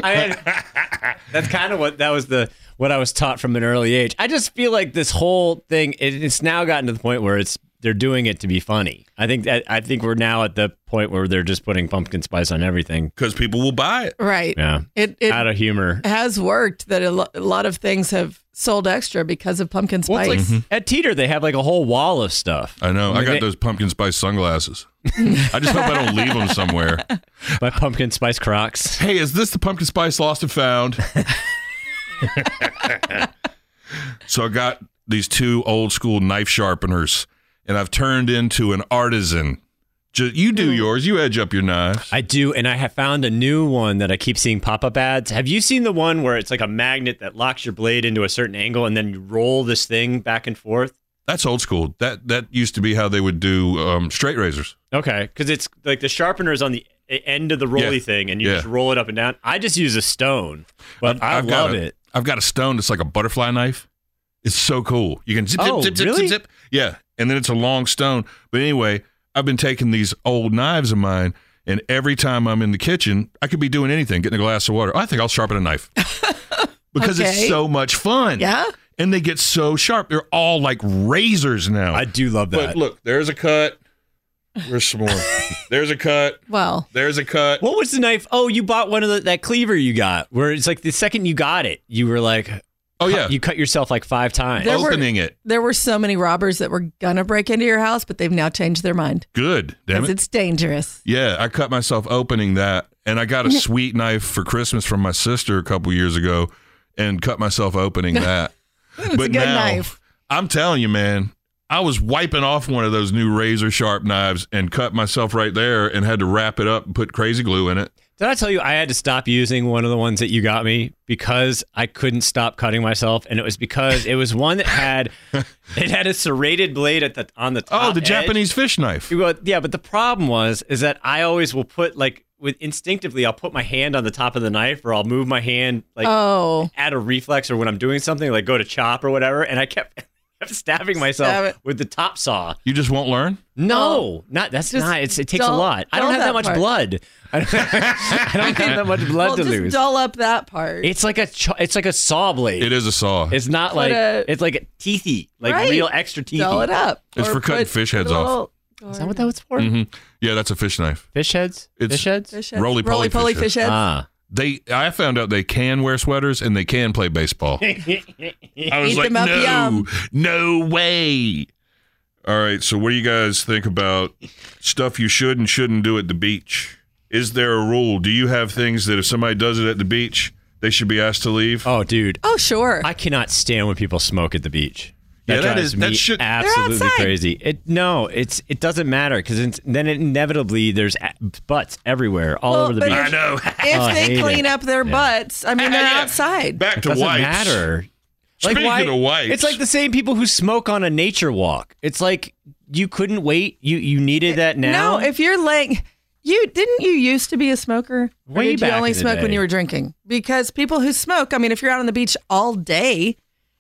Speaker 3: I had- that's kind of what that was the what I was taught from an early age. I just feel like this whole thing it, it's now gotten to the point where it's they're doing it to be funny. I think that I think we're now at the point where they're just putting pumpkin spice on everything.
Speaker 2: Because people will buy it.
Speaker 4: Right.
Speaker 3: Yeah.
Speaker 4: It, it
Speaker 3: Out of humor.
Speaker 4: has worked that a, lo- a lot of things have sold extra because of pumpkin
Speaker 3: Well,
Speaker 4: spice.
Speaker 3: it's like, At Teeter, they have like a whole wall of stuff.
Speaker 2: Mm-hmm. I know. I
Speaker 3: mean,
Speaker 2: got
Speaker 3: they-
Speaker 2: those pumpkin spice sunglasses. I just hope I don't leave them somewhere.
Speaker 3: My pumpkin spice Crocs.
Speaker 2: Hey, is this the pumpkin spice lost and found? so I got these two old school knife sharpeners, and I've turned into an artisan. Just, you do yours. You edge up your knives.
Speaker 3: I do, and I have found a new one that I keep seeing pop up ads. Have you seen the one where it's like a magnet that locks your blade into a certain angle and then you roll this thing back and forth?
Speaker 2: That's old school. That that used to be how they would do um, straight razors.
Speaker 3: Okay. Because it's like the sharpener's on the e- end of the rolly
Speaker 2: Yeah.
Speaker 3: thing and you
Speaker 2: Yeah.
Speaker 3: just roll it up and down. I just use a stone, but I
Speaker 2: I've got
Speaker 3: love
Speaker 2: a-
Speaker 3: it.
Speaker 2: I've got a stone that's like a butterfly knife. It's so cool. You can zip,
Speaker 3: Oh,
Speaker 2: zip, zip,
Speaker 3: really?
Speaker 2: zip, zip, zip. Yeah. And then it's a long stone. But anyway, I've been taking these old knives of mine, and every time I'm in the kitchen, I could be doing anything, getting a glass of water. I think I'll sharpen a knife because it's
Speaker 4: Okay.
Speaker 2: so much fun.
Speaker 4: Yeah.
Speaker 2: And they get so sharp. They're all like razors now.
Speaker 3: I do love that.
Speaker 2: Oh. But look, there's a cut. Where's some more? there's a cut.
Speaker 4: Well,
Speaker 2: There's a cut.
Speaker 3: What was the knife? Oh, you bought one of the, that cleaver you got where it's like the second you got it, you were like,
Speaker 2: Oh, yeah.
Speaker 3: you cut yourself like five times.
Speaker 4: There were-
Speaker 2: Opening it.
Speaker 4: there were so many robbers that were going to break into your house, but they've now changed their mind
Speaker 2: Good. Damn
Speaker 4: because
Speaker 2: it.
Speaker 4: it's dangerous.
Speaker 2: Yeah, I cut myself opening that, and I got a sweet knife for Christmas from my sister a couple years ago, and cut myself opening that. but
Speaker 4: good knife.
Speaker 2: I'm telling you, man, I was wiping off one of those new razor sharp knives and cut myself right there, and had to wrap it up and put crazy glue in it.
Speaker 3: Did I tell you I had to stop using one of the ones that you got me because I couldn't stop cutting myself, and it was because it was one that had it had a serrated blade at the on the
Speaker 2: Oh,
Speaker 3: top.
Speaker 2: the
Speaker 3: edge.
Speaker 2: Japanese fish knife.
Speaker 3: Well, yeah, but the problem was is that I always will put like with instinctively I'll put my hand on the top of the knife, or I'll move my hand like
Speaker 4: Oh,
Speaker 3: at a reflex, or when I'm doing something like go to chop or whatever, and I kept. kept Stabbing myself
Speaker 4: Stab it.
Speaker 3: with the top saw.
Speaker 2: You just won't learn.
Speaker 3: No, not that's
Speaker 4: Oh. Just
Speaker 3: not. It's, it takes a
Speaker 4: dull-
Speaker 3: lot. I don't
Speaker 4: dull
Speaker 3: have that,
Speaker 4: that
Speaker 3: much
Speaker 4: part.
Speaker 3: blood. I don't, I don't have that much blood
Speaker 4: well,
Speaker 3: to
Speaker 4: just
Speaker 3: lose.
Speaker 4: dull up that part.
Speaker 3: It's like a ch- it's like a saw blade.
Speaker 2: It is a saw.
Speaker 3: It's not like
Speaker 4: a-
Speaker 3: it's like teethy, like
Speaker 4: Right.
Speaker 3: real extra teethy.
Speaker 4: dull it up.
Speaker 2: It's
Speaker 4: Or
Speaker 2: for cutting
Speaker 4: put
Speaker 2: fish heads off.
Speaker 4: little-
Speaker 3: Is that what that was for?
Speaker 2: hmm Yeah, that's a fish knife.
Speaker 3: Fish heads.
Speaker 2: It's-
Speaker 3: fish heads.
Speaker 4: Fish heads.
Speaker 2: Roly-poly
Speaker 4: Roly poly
Speaker 2: fish
Speaker 4: fish heads.
Speaker 3: Ah,
Speaker 2: They, I found out they can wear sweaters and they can play baseball. I was
Speaker 4: Eat
Speaker 2: like,
Speaker 4: them up,
Speaker 2: no,
Speaker 4: yum."
Speaker 2: no way. All right, so what do you guys think about stuff you should and shouldn't do at the beach? Is there a rule? Do you have things that if somebody does it at the beach, they should be asked to leave?
Speaker 3: Oh, dude,
Speaker 4: Oh, sure.
Speaker 3: I cannot stand when people smoke at the beach.
Speaker 2: Yeah,
Speaker 3: That
Speaker 2: that
Speaker 3: drives
Speaker 2: is-
Speaker 3: me
Speaker 2: that should- They're
Speaker 3: absolutely
Speaker 4: outside.
Speaker 3: crazy. It no, it's it doesn't matter because then inevitably there's a- butts everywhere all
Speaker 4: Well,
Speaker 3: over the
Speaker 4: but
Speaker 3: beach.
Speaker 4: if-
Speaker 2: I know.
Speaker 4: If
Speaker 3: Oh, I hate
Speaker 4: they clean
Speaker 3: it.
Speaker 4: up their
Speaker 3: Yeah.
Speaker 4: butts, I mean, they're
Speaker 2: Yeah.
Speaker 4: outside.
Speaker 2: Back to
Speaker 3: doesn't
Speaker 2: wipes.
Speaker 3: matter.
Speaker 2: Speaking of wipes.
Speaker 3: it's like the same people who smoke on a nature walk. It's like you couldn't wait. You you needed that now.
Speaker 4: No, if you're like, you didn't you used to be a smoker? Or
Speaker 3: Way
Speaker 4: did
Speaker 3: back
Speaker 4: you only
Speaker 3: in the
Speaker 4: smoke when
Speaker 3: day.
Speaker 4: you were drinking? Because people who smoke, I mean, if you're out on the beach all day,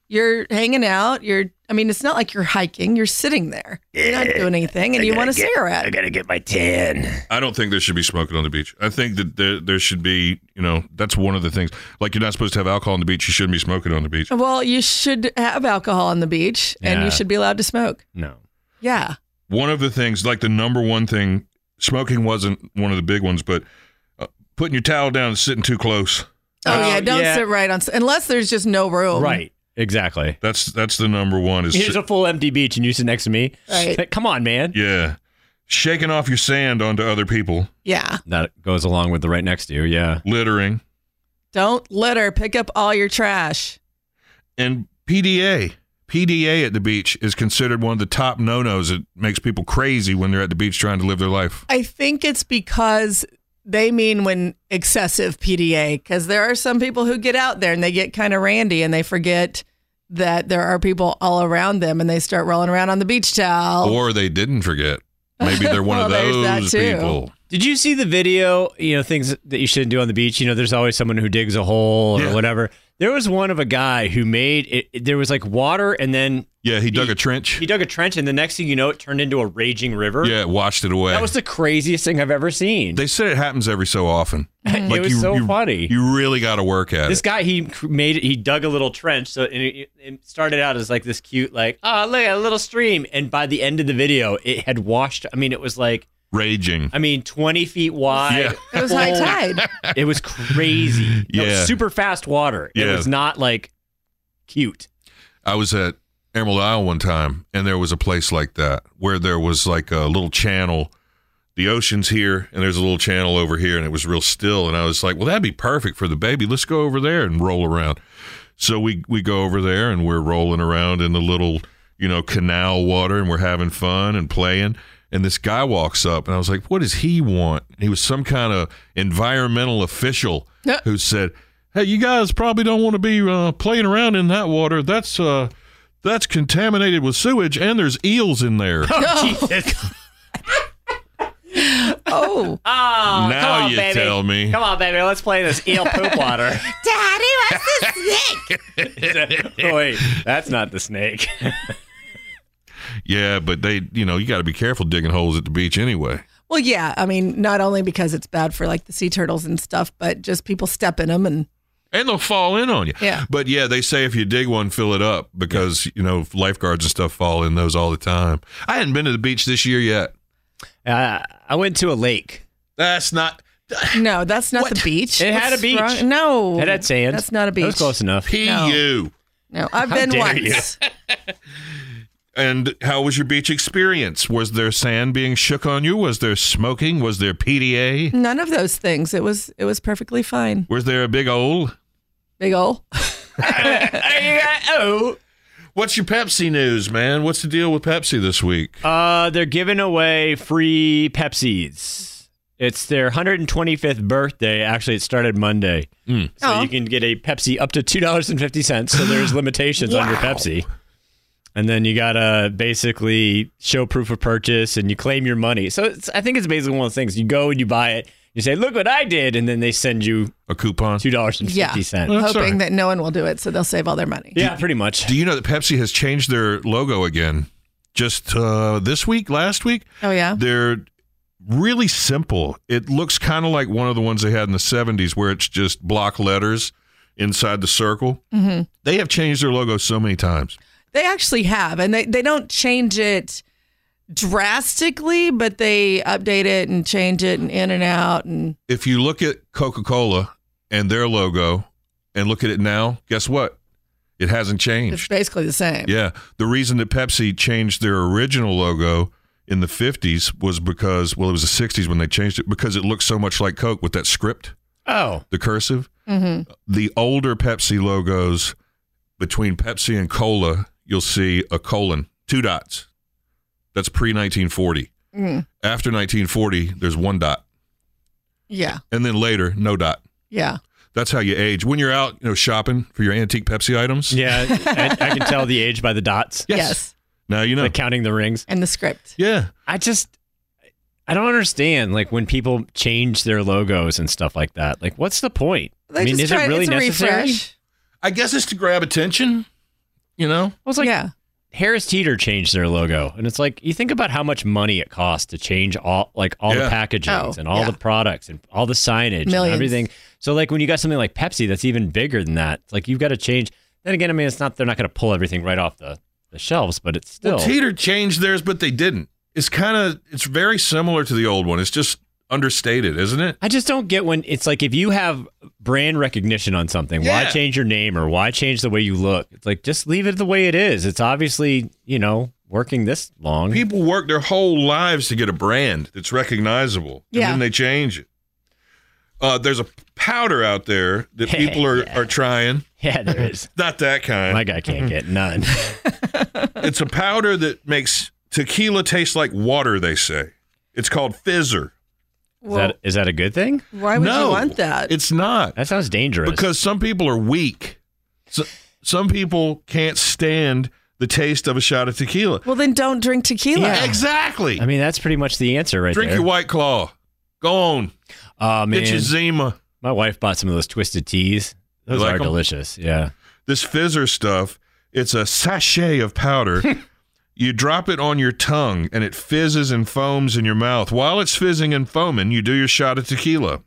Speaker 4: you're hanging out. You're, I mean, it's not like you're hiking. You're sitting there. You're not doing anything, and you want a cigarette.
Speaker 3: gotta get my tan.
Speaker 2: I don't think there should be smoking on the beach. I think that there, there should be, you know, that's one of the things. Like you're not supposed to have alcohol on the beach. You shouldn't be smoking on the beach.
Speaker 4: Well, you should have alcohol on the beach, and
Speaker 3: Yeah.
Speaker 4: you should be allowed to smoke.
Speaker 3: No,
Speaker 4: Yeah.
Speaker 2: One of the things, like the number one thing, smoking wasn't one of the big ones, but uh, putting your towel down and sitting too close.
Speaker 4: Oh,
Speaker 3: Oh,
Speaker 4: yeah. Don't
Speaker 3: yeah.
Speaker 4: sit right on unless there's just no room.
Speaker 3: right, exactly.
Speaker 2: That's that's the number one. Is
Speaker 3: Here's a full empty beach, and you sit next to me.
Speaker 4: Right.
Speaker 3: Like, Come on, man.
Speaker 2: yeah, shaking off your sand onto other people,
Speaker 4: Yeah.
Speaker 3: That goes along with the right next to you. Yeah.
Speaker 2: littering,
Speaker 4: Don't litter. Pick up all your trash.
Speaker 2: and PDA. PDA at the beach is considered one of the top no-nos. It makes people crazy when they're at the beach trying to live their life.
Speaker 4: I think it's because they mean when excessive PDA, because there are some people who get out there and they get kind of randy and they forget that there are people all around them and they start rolling around on the beach towel.
Speaker 2: Or they didn't forget. Maybe they're one of
Speaker 4: Oh. Well,
Speaker 2: those
Speaker 4: there's that too.
Speaker 2: people.
Speaker 3: Did you see the video? You know, things that you shouldn't do on the beach. You know, there's always someone who digs a hole or
Speaker 2: Yeah.
Speaker 3: whatever. There was one of a guy who made it, it- There was like water, and then
Speaker 2: Yeah, he dug
Speaker 3: He-
Speaker 2: a trench.
Speaker 3: he dug a trench, and the next thing you know, it turned into a raging river.
Speaker 2: Yeah, washed it away.
Speaker 3: That was the craziest thing I've ever seen.
Speaker 2: they said it happens every so often.
Speaker 3: It was so funny.
Speaker 2: You really got to work at
Speaker 3: this
Speaker 2: it.
Speaker 3: guy, he cr- made it. He dug a little trench, so and it, it started out as like this cute, like oh look a little stream, and by the end of the video, it had washed. I mean, it was like
Speaker 2: Raging.
Speaker 3: I mean, twenty feet wide.
Speaker 2: Yeah.
Speaker 4: it was high tide.
Speaker 3: It was crazy. It was
Speaker 2: Yeah.
Speaker 3: super fast water.
Speaker 2: Yeah.
Speaker 3: It was not like cute.
Speaker 2: I was at Emerald Isle one time, and there was a place like that where there was like a little channel. The ocean's here, and there's a little channel over here, and it was real still. And I was like, "Well, that'd be perfect for the baby. Let's go over there and roll around." So we we go over there, and we're rolling around in the little you know canal water, and we're having fun and playing. And this guy walks up, and I was like, "What does he want?" And he was some kind of environmental official who said, "Hey, you guys probably don't want to be uh, playing around in that water. That's uh, that's contaminated with sewage, and there's eels in there."
Speaker 3: Jesus.
Speaker 4: Oh,
Speaker 3: Oh,
Speaker 2: Now
Speaker 3: come on,
Speaker 2: you
Speaker 3: baby.
Speaker 2: tell me.
Speaker 3: Come on, baby. Let's play this eel poop water.
Speaker 4: Daddy, what's this
Speaker 3: oh, wait, that's not the snake.
Speaker 2: yeah, but they, you know, you got to be careful digging holes at the beach anyway.
Speaker 4: Well, yeah. I mean, not only because it's bad for like the sea turtles and stuff, but just people step in them and
Speaker 2: And they'll fall in on you.
Speaker 4: Yeah.
Speaker 2: But yeah, they say if you dig one, fill it up because, you know, lifeguards and stuff fall in those all the time. I hadn't been to the beach this year yet.
Speaker 3: Uh, I went to a lake.
Speaker 2: That's not
Speaker 4: no, that's not the beach.
Speaker 3: It had a
Speaker 4: What's
Speaker 3: beach.
Speaker 4: wrong- No,
Speaker 3: It had sand.
Speaker 4: That's not a beach.
Speaker 3: That was close enough.
Speaker 4: No.
Speaker 2: PU.
Speaker 4: No, I've
Speaker 3: How
Speaker 4: been
Speaker 3: dare
Speaker 4: once.
Speaker 2: And how was your beach experience? Was there sand being shook on you? Was there smoking? Was there PDA?
Speaker 4: None of those things. It was it was perfectly fine.
Speaker 2: Was there a big old?
Speaker 4: Big ol'.
Speaker 3: oh.
Speaker 2: What's your Pepsi news, man? What's the deal with Pepsi this week?
Speaker 3: Uh, they're giving away free Pepsis. It's their 125th birthday. Actually, it started Monday. So
Speaker 4: Oh.
Speaker 3: you can get a Pepsi up to $2.50. So there's limitations on your Pepsi. And then you got to basically show proof of purchase and you claim your money. So it's, I think it's basically one of the things you go and you buy it, you say, look what I did. And then they send you
Speaker 2: A coupon?
Speaker 3: $2.50.
Speaker 4: Yeah.
Speaker 2: Well, that's all
Speaker 4: hoping
Speaker 2: right.
Speaker 4: that no one will do it so they'll save all their money.
Speaker 3: Yeah, pretty much.
Speaker 2: Do you know that Pepsi has changed their logo again? Just uh, this week, last week,
Speaker 4: Oh yeah.
Speaker 2: they're really simple. It looks kind of like one of the ones they had in the '70s, where it's just block letters inside the circle. Mm-hmm. They have changed their logo so many times.
Speaker 4: They actually have and they they don't change it drastically, but they update it and change it and in and out and
Speaker 2: If you look at Coca-Cola and their logo, and look at it now, guess what? It hasn't changed.
Speaker 4: it's basically the same.
Speaker 2: Yeah. The reason that Pepsi changed their original logo in the 50s was because, well, it was the 60s when they changed it because it looked so much like Coke with that script,
Speaker 3: Oh,
Speaker 2: the cursive.
Speaker 4: hmm
Speaker 2: The older Pepsi logos between Pepsi and cola, you'll see a colon, two dots. That's pre 1940. After 1940, there's one dot.
Speaker 4: Yeah.
Speaker 2: And then later, no dot.
Speaker 4: Yeah.
Speaker 2: That's how you age. When you're out, you know, shopping for your antique Pepsi items.
Speaker 3: yeah. I, I can tell the age by the dots.
Speaker 4: Yes.
Speaker 2: Now you know.
Speaker 3: Like counting the rings.
Speaker 4: And the script.
Speaker 2: Yeah.
Speaker 3: I just I don't understand like when people change their logos and stuff like that. Like what's the point?
Speaker 4: They
Speaker 3: I mean,
Speaker 4: just
Speaker 3: is
Speaker 4: try-
Speaker 3: it really
Speaker 4: it's a
Speaker 3: necessary?
Speaker 4: refresh.
Speaker 2: I guess it's to grab attention, you know?
Speaker 3: Well, it's like
Speaker 4: yeah.
Speaker 3: Harris Teeter changed their logo and it's like you think about how much money it costs to change all like all
Speaker 2: Yeah.
Speaker 3: the packagings
Speaker 4: Oh,
Speaker 3: and all
Speaker 4: yeah.
Speaker 3: the products and all the signage and
Speaker 4: Millions.
Speaker 3: everything. So like when you got something like Pepsi that's even bigger than that, it's like you've got to change then again, I mean it's not they're not gonna pull everything right off the, the shelves, but it's still
Speaker 2: Well, Teeter changed theirs, but they didn't. It's kind of, it's very similar to the old one. It's just understated, isn't it?
Speaker 3: I just don't get when it's like if you have brand recognition on something,
Speaker 2: Yeah.
Speaker 3: why change your name or why change the way you look? It's like just leave it the way it is. It's obviously, you know, working this
Speaker 4: Mm-hmm.
Speaker 3: long.
Speaker 2: People work their whole lives to get a brand that's recognizable, and
Speaker 4: Yeah.
Speaker 2: then they change it. Uh, there's a powder out there that people are, are trying.
Speaker 3: yeah, there is.
Speaker 2: Not that kind.
Speaker 3: My guy can't get none.
Speaker 2: it's a powder that makes tequila taste like water, they say. It's called fizzer.
Speaker 3: Is that is that a good thing?
Speaker 4: Why would
Speaker 2: no,
Speaker 4: you want that?
Speaker 2: It's not.
Speaker 3: That sounds dangerous.
Speaker 2: because some people are weak. So, some people can't stand the taste of a shot of tequila.
Speaker 4: well, then don't drink tequila.
Speaker 2: Exactly.
Speaker 3: I mean that's pretty much the answer right
Speaker 2: Drink
Speaker 3: there.
Speaker 2: your White Claw. Go on.
Speaker 3: oh, man.
Speaker 2: Get your Zima.
Speaker 3: My wife bought some of those twisted teas.
Speaker 2: You
Speaker 3: Those
Speaker 2: like
Speaker 3: are
Speaker 2: 'em?
Speaker 3: delicious. Yeah.
Speaker 2: This fizzer stuff, it's a sachet of powder. you drop it on your tongue and it fizzes and foams in your mouth. While it's fizzing and foaming, you do your shot of tequila.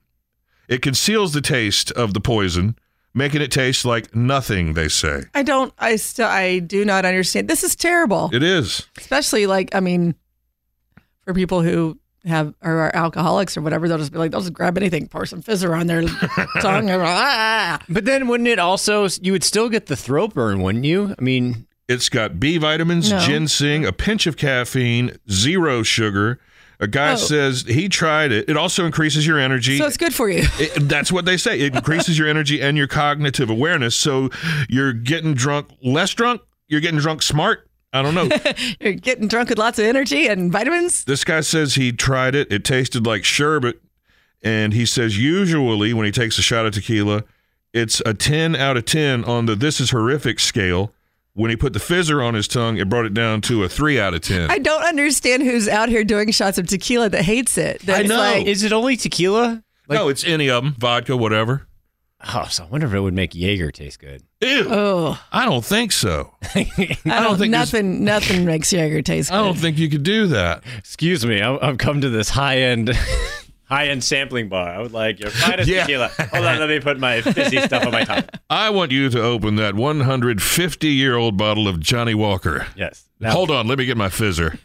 Speaker 2: It conceals the taste of the poison, making it taste like nothing, they say.
Speaker 4: I don't. I still. I do not understand. This is terrible.
Speaker 2: It is.
Speaker 4: Especially like I mean, for people who have or are alcoholics or whatever, they'll just be like, they'll just grab anything, pour some fizzer on their tongue. and, ah.
Speaker 3: But then wouldn't it also you would still get the throat burn, wouldn't you? I mean,
Speaker 2: It's got B vitamins,
Speaker 4: No.
Speaker 2: ginseng, a pinch of caffeine, zero sugar. A guy
Speaker 4: Oh.
Speaker 2: says he tried it. It also increases your energy.
Speaker 4: So it's good for you.
Speaker 2: It- that's what they say. It increases your energy and your cognitive awareness. So you're getting drunk, less drunk. You're getting drunk smart. I don't know.
Speaker 4: You're getting drunk with lots of energy and vitamins.
Speaker 2: this guy says he tried it. It tasted like sherbet. And he says usually when he takes a shot of tequila, it's a 10 out of 10 on the this is horrific scale. When he put the fizzer on his tongue, it brought it down to a 3 out of 10.
Speaker 4: I don't understand who's out here doing shots of tequila that hates it. That's
Speaker 2: know.
Speaker 4: Like,
Speaker 3: is it only tequila? Like-
Speaker 2: no, it's any of them, vodka, whatever.
Speaker 3: Oh, so I wonder if it would make Jaeger taste good.
Speaker 2: Ew,
Speaker 4: oh,
Speaker 2: I don't think so.
Speaker 4: I
Speaker 2: don't
Speaker 4: don't
Speaker 2: think
Speaker 4: think
Speaker 2: there's-
Speaker 4: nothing. Nothing makes Jaeger taste good.
Speaker 2: I don't think you could do that.
Speaker 3: Excuse me, I- I've come to this high end, high end sampling bar. I would like your finest
Speaker 2: Yeah.
Speaker 3: tequila. Hold on, let me put my fizzy stuff on my top.
Speaker 2: I want you to open that 150 year old bottle of Johnny Walker.
Speaker 3: Yes. Now,
Speaker 2: Hold on, let me get my fizzer.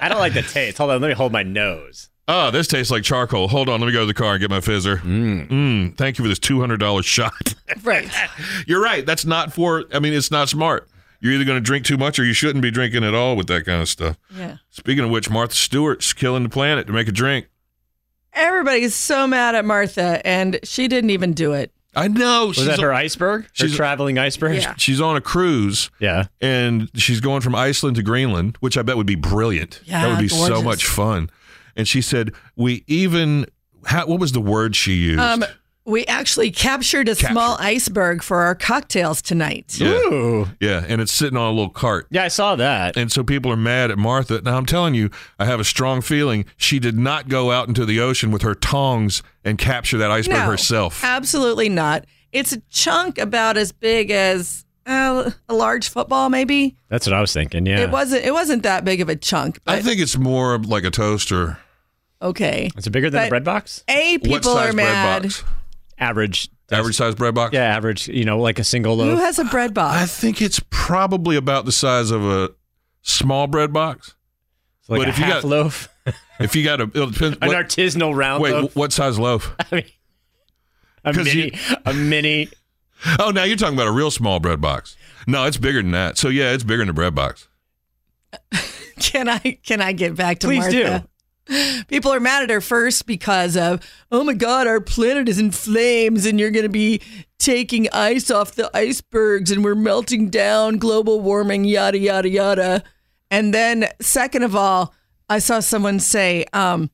Speaker 3: I don't like the taste. Hold on, let me hold my nose.
Speaker 2: Oh, this tastes like charcoal. Hold on, let me go to the car and get my fizzer. Mm. thank you for this $200 shot.
Speaker 4: Right.
Speaker 2: You're right. That's not for, I mean, it's not smart. You're either going to drink too much or you shouldn't be drinking at all with that kind of stuff.
Speaker 4: Yeah.
Speaker 2: Speaking of which, Martha Stewart's killing the planet to make a drink.
Speaker 4: Everybody's so mad at Martha, and she didn't even do it.
Speaker 2: I know.
Speaker 3: Was that her iceberg? Her
Speaker 2: she's-
Speaker 3: traveling iceberg.
Speaker 4: Yeah.
Speaker 2: she's on a cruise.
Speaker 3: Yeah.
Speaker 2: and she's going from Iceland to Greenland, which I bet would be brilliant. that
Speaker 4: Yeah,
Speaker 2: would be so
Speaker 4: gorgeous.
Speaker 2: much fun. And she said, "We even how, what was the word she used?
Speaker 4: Um, we actually captured a small iceberg for our cocktails tonight.
Speaker 2: yeah,
Speaker 3: Ooh.
Speaker 2: yeah, and it's sitting on a little cart."
Speaker 3: Yeah, I saw that.
Speaker 2: And so people are mad at Martha. Now I'm telling you, I have a strong feeling she did not go out into the ocean with her tongs and capture that iceberg herself.
Speaker 4: Absolutely not. It's a chunk about as big as uh, a large football, maybe.
Speaker 3: That's what I was thinking. Yeah.
Speaker 4: It wasn't. It wasn't that big of a chunk.
Speaker 2: I
Speaker 4: but-
Speaker 2: think it's more like a toaster.
Speaker 4: okay.
Speaker 3: Is it bigger than a
Speaker 4: But-
Speaker 3: bread box?
Speaker 4: A
Speaker 2: what
Speaker 4: people
Speaker 2: size
Speaker 4: are
Speaker 2: bread
Speaker 4: mad.
Speaker 2: box?
Speaker 3: Average.
Speaker 2: Average size bread box.
Speaker 3: Yeah, average. You know, like a single
Speaker 4: Who
Speaker 3: loaf.
Speaker 4: has a bread
Speaker 2: I
Speaker 4: box?
Speaker 2: think it's probably about the size of a small bread box.
Speaker 3: It's like
Speaker 2: but
Speaker 3: a
Speaker 2: if you
Speaker 3: half
Speaker 2: got-
Speaker 3: loaf,
Speaker 2: If you got a, it'll depend.
Speaker 3: an
Speaker 2: what-
Speaker 3: artisanal round
Speaker 2: wait,
Speaker 3: loaf.
Speaker 2: what size loaf?
Speaker 3: I mean, a
Speaker 2: 'Cause
Speaker 3: mini,
Speaker 2: you-
Speaker 3: a mini.
Speaker 2: Oh, now you're talking about a real small bread box. No, it's bigger than that. So yeah, it's bigger than a bread box.
Speaker 4: Can I can I get back to
Speaker 3: Please do.
Speaker 4: Martha? People are mad at her first because of, oh my God, our planet is in flames and you're going to be taking ice off the icebergs and we're melting down, global warming, yada, yada, yada. And then, second of all, I saw someone say, um,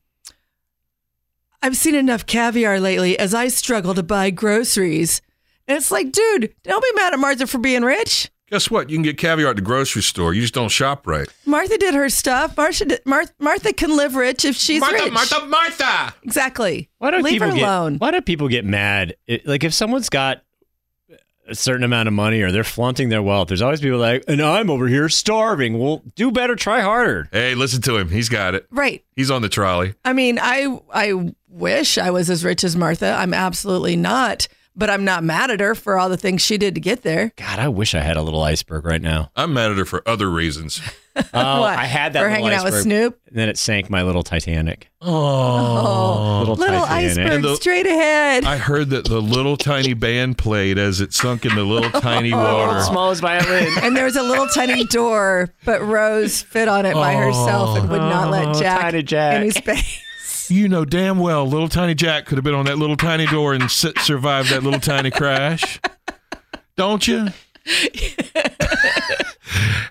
Speaker 4: I've seen enough caviar lately as I struggle to buy groceries. And it's like, dude, don't be mad at Martha for being rich.
Speaker 2: Guess what? You can get caviar at the grocery store. You just don't shop right.
Speaker 4: Martha did her stuff. Martha, did, Mar- Martha can live rich if she's
Speaker 7: Martha,
Speaker 4: rich.
Speaker 7: Martha, Martha.
Speaker 4: Exactly.
Speaker 3: Why don't
Speaker 4: leave
Speaker 3: people
Speaker 4: her
Speaker 3: get,
Speaker 4: alone?
Speaker 3: Why do people get mad? It- like if someone's got a certain amount of money or they're flaunting their wealth, there's always people like, and I'm over here starving. Well, do better, try harder.
Speaker 2: Hey, listen to him. He's got it.
Speaker 4: Right.
Speaker 2: He's on the trolley.
Speaker 4: I mean, I I wish I was as rich as Martha. I'm absolutely not, but I'm not mad at her for all the things she did to get there.
Speaker 3: God, I wish I had a little iceberg right now.
Speaker 2: I'm mad at her for other reasons.
Speaker 3: Oh,
Speaker 4: What?
Speaker 3: I had that
Speaker 4: for
Speaker 3: little
Speaker 4: hanging out
Speaker 3: iceberg.
Speaker 4: with Snoop.
Speaker 3: And then it sank my little Titanic.
Speaker 4: Oh,
Speaker 3: little,
Speaker 4: little
Speaker 3: Titanic.
Speaker 4: iceberg
Speaker 2: And the-
Speaker 4: straight ahead.
Speaker 2: I heard that the little tiny band played as it sunk in the little tiny water.
Speaker 3: Smallest violin.
Speaker 4: and there was a little tiny door, but Rose fit on it by herself and would not let
Speaker 3: Oh,
Speaker 4: Jack,
Speaker 3: tiny Jack.
Speaker 4: any space.
Speaker 2: You know damn well little tiny Jack could have been on that little tiny door and s- survived that little tiny crash. Don't you?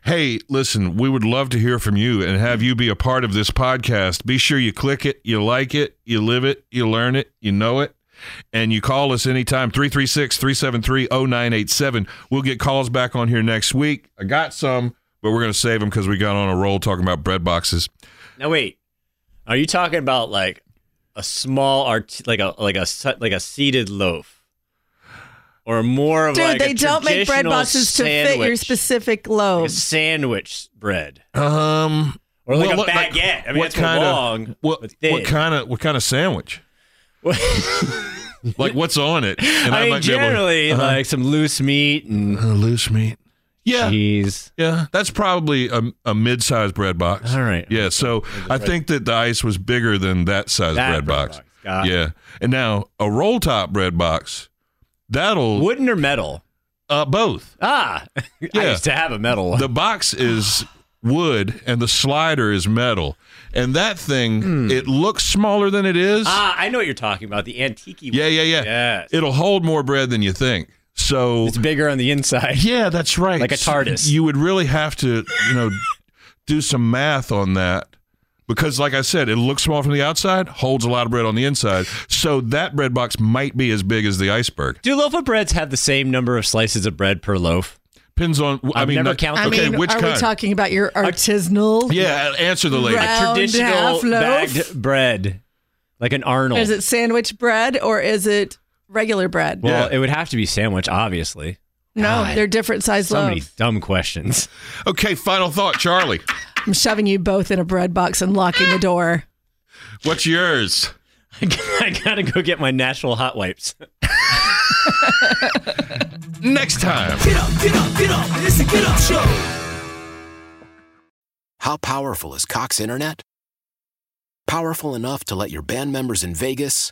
Speaker 2: hey, listen, we would love to hear from you and have you be a part of this podcast. Be sure you click it, you like it, you live it, you learn it, you know it. And you call us anytime, 336 373 0987. We'll get calls back on here next week. I got some, but we're going to save them because we got on a roll talking about bread boxes.
Speaker 3: Now wait, are you talking about like a small art, like a like a se- like a seeded loaf, or more of
Speaker 4: Dude,
Speaker 3: like
Speaker 4: they
Speaker 3: a
Speaker 4: don't make bread
Speaker 3: traditional
Speaker 4: boxes to fit your
Speaker 3: sandwich?
Speaker 4: specific
Speaker 3: Like a
Speaker 4: loaves.
Speaker 3: sandwich bread
Speaker 2: Um,
Speaker 3: or like
Speaker 2: Well,
Speaker 3: a
Speaker 2: look, like,
Speaker 3: baguette. I mean,
Speaker 2: what
Speaker 3: that's
Speaker 2: kind of-
Speaker 3: long.
Speaker 2: What,
Speaker 3: but thin.
Speaker 2: what kind of what kind of sandwich? Like what's on it? And
Speaker 3: I mean,
Speaker 2: might be able to-
Speaker 3: generally,
Speaker 2: Uh-huh.
Speaker 3: like some loose meat and
Speaker 2: Uh, loose meat. Yeah,
Speaker 3: cheese.
Speaker 2: yeah, that's probably a, a mid-sized bread box.
Speaker 3: All right.
Speaker 2: Yeah, so I think that the ice was bigger than that size
Speaker 3: That
Speaker 2: bread,
Speaker 3: bread
Speaker 2: box.
Speaker 3: box. Got it.
Speaker 2: yeah, and now a roll top bread box. That'll
Speaker 3: Wooden or metal?
Speaker 2: uh, both.
Speaker 3: Ah, I
Speaker 2: Yeah.
Speaker 3: used to have a metal one.
Speaker 2: The box is wood, and the slider is metal, and that thing it looks smaller than it is.
Speaker 3: Hmm. ah, I know what you're talking about. The antique.
Speaker 2: Yeah, yeah, yeah.
Speaker 3: Yes.
Speaker 2: It'll hold more bread than you think. So
Speaker 3: It's bigger on the inside.
Speaker 2: yeah, that's right.
Speaker 3: Like a TARDIS.
Speaker 2: You would really have to, you know, do some math on that because like I said, it looks small from the outside, holds a lot of bread on the inside. So that bread box might be as big as the iceberg.
Speaker 3: Do loaf of breads have the same number of slices of bread per loaf?
Speaker 2: Depends on I
Speaker 3: I've
Speaker 2: mean
Speaker 3: never
Speaker 2: not-
Speaker 3: counted
Speaker 4: I
Speaker 2: okay,
Speaker 4: mean,
Speaker 2: which
Speaker 4: are
Speaker 2: kind?
Speaker 4: we talking about your artisanal?
Speaker 2: yeah, answer the lady.
Speaker 4: Right. Round
Speaker 3: Traditional
Speaker 4: Oh, half loaf?
Speaker 3: bagged bread, like an Arnold.
Speaker 4: Is it sandwich bread or is it regular bread?
Speaker 3: well,
Speaker 2: Yeah.
Speaker 3: it would have to be sandwich, obviously.
Speaker 4: no, they're different sized
Speaker 3: So many
Speaker 4: loaves.
Speaker 3: dumb questions.
Speaker 2: Okay, final thought, Charlie.
Speaker 4: I'm shoving you both in a bread box and locking the door.
Speaker 2: What's yours?
Speaker 3: I gotta go get my natural hot wipes.
Speaker 2: Next time.
Speaker 1: Get up, get up, get up. It's a get up show.
Speaker 6: How powerful is Cox Internet? Powerful enough to let your band members in Vegas,